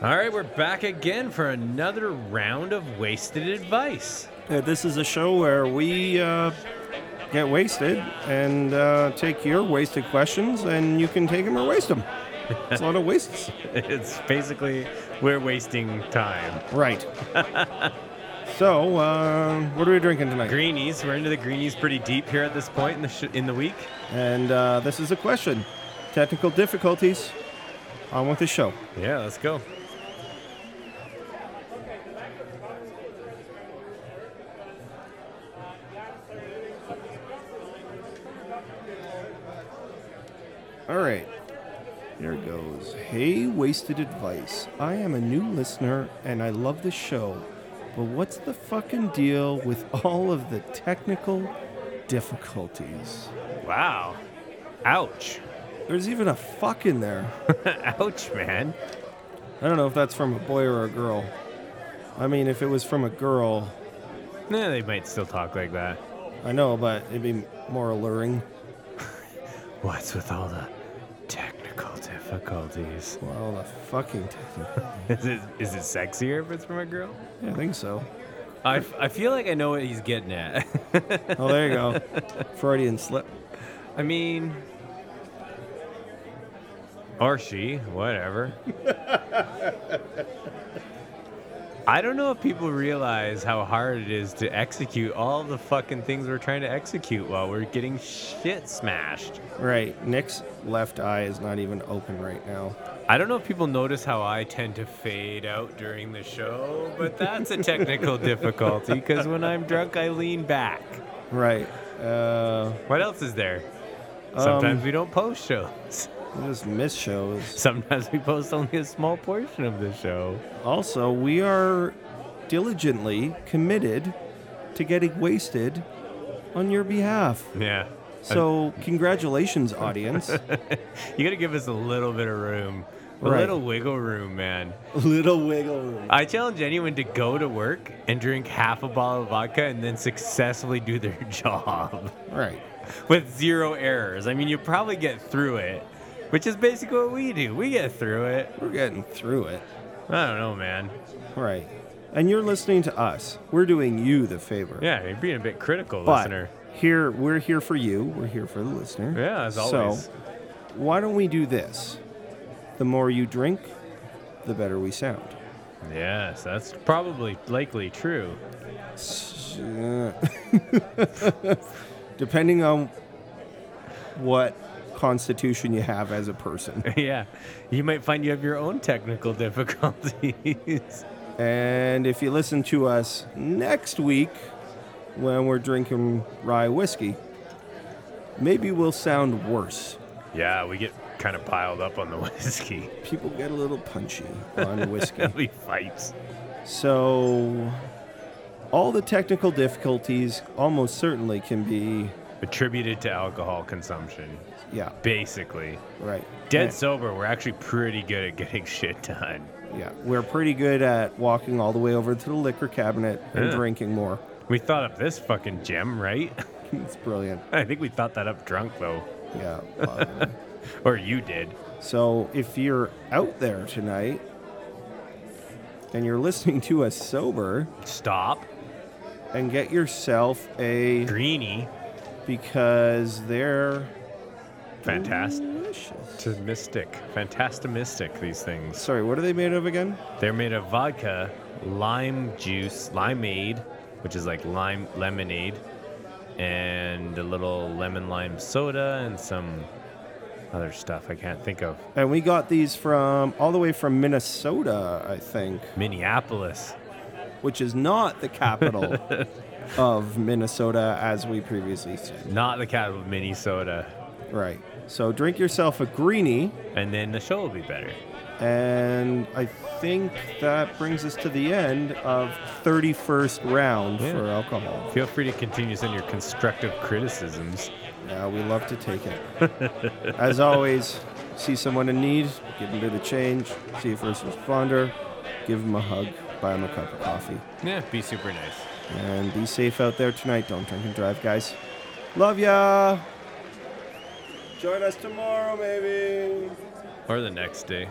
All right, we're back again for another round of wasted advice. Uh, this is a show where we uh, get wasted and uh, take your wasted questions, and you can take them or waste them. It's a lot of wastes. It's basically we're wasting time. Right. so, uh, what are we drinking tonight? Greenies, we're into the greenies pretty deep here at this point in the sh- in the week. And uh, this is a question. Technical difficulties. On with the show. Yeah, let's go. All right. Here it goes. Hey, wasted advice. I am a new listener and I love the show, but what's the fucking deal with all of the technical difficulties? Wow. Ouch. There's even a fuck in there. Ouch, man. I don't know if that's from a boy or a girl. I mean, if it was from a girl, Yeah, they might still talk like that. I know, but it'd be more alluring. What's with all the technical difficulties? Well, the fucking technical. Is it is it sexier if it's from a girl? Yeah, I think so. I, f- I feel like I know what he's getting at. Oh, there you go. Freudian slip. I mean, or she, whatever. I don't know if people realize how hard it is to execute all the fucking things we're trying to execute while we're getting shit smashed. Right. Nick's left eye is not even open right now. I don't know if people notice how I tend to fade out during the show, but that's a technical difficulty because when I'm drunk, I lean back. Right. Uh, What else is there? Sometimes Um, we don't post shows. I just miss shows. Sometimes we post only a small portion of the show. Also, we are diligently committed to getting wasted on your behalf. Yeah. So, congratulations, audience. You got to give us a little bit of room, a Right. little wiggle room, man. Little wiggle room. I challenge anyone to go to work and drink half a bottle of vodka and then successfully do their job Right. with zero errors. I mean, you probably get through it, which is basically what we do. We get through it. We're getting through it. I don't know, man. Right. And you're listening to us. We're doing you the favor. Yeah, you're being a bit critical, but listener. here we're here for you. We're here for the listener. Yeah, as So, always. why don't we do this? The more you drink, the better we sound. Yes, that's probably likely true. Uh, Depending on what constitution you have as a person. yeah, you might find you have your own technical difficulties. And if you listen to us next week when we're drinking rye whiskey, maybe we'll sound worse. yeah, we get kind of piled up on the whiskey. People get a little punchy on whiskey. we fight. So, all the technical difficulties almost certainly can be, attributed to alcohol consumption. yeah, Basically, right. dead sober, we're actually pretty good at getting shit done. Yeah, we're pretty good at walking all the way over to the liquor cabinet and Yeah. drinking more. We thought up this fucking gem, right? it's brilliant. I think we thought that up drunk though, Yeah. probably. or you did. so, if you're out there tonight and you're listening to us sober, Stop, and get yourself a greenie, because they're fantastic. delicious. Mystic, fantastimistic. These things. Sorry, what are they made of again? They're made of vodka, lime juice, limeade, which is like lime lemonade, and a little lemon lime soda and some other stuff I can't think of. And we got these from all the way from Minnesota, I think, Minneapolis. which is not the capital of Minnesota, as we previously said. Not the capital of Minnesota. Right. So drink yourself a greenie, And then the show will be better. and I think that brings us to the end of 31st round Yeah. for alcohol. Feel free to continue to send your constructive criticisms. Yeah, we love to take it. as always, see someone in need, give them a bit of change, see a first responder, give them a hug, buy them a cup of coffee. Yeah, be super nice. And be safe out there tonight. Don't drink and drive, guys. Love ya. Join us tomorrow, maybe. Or the next day.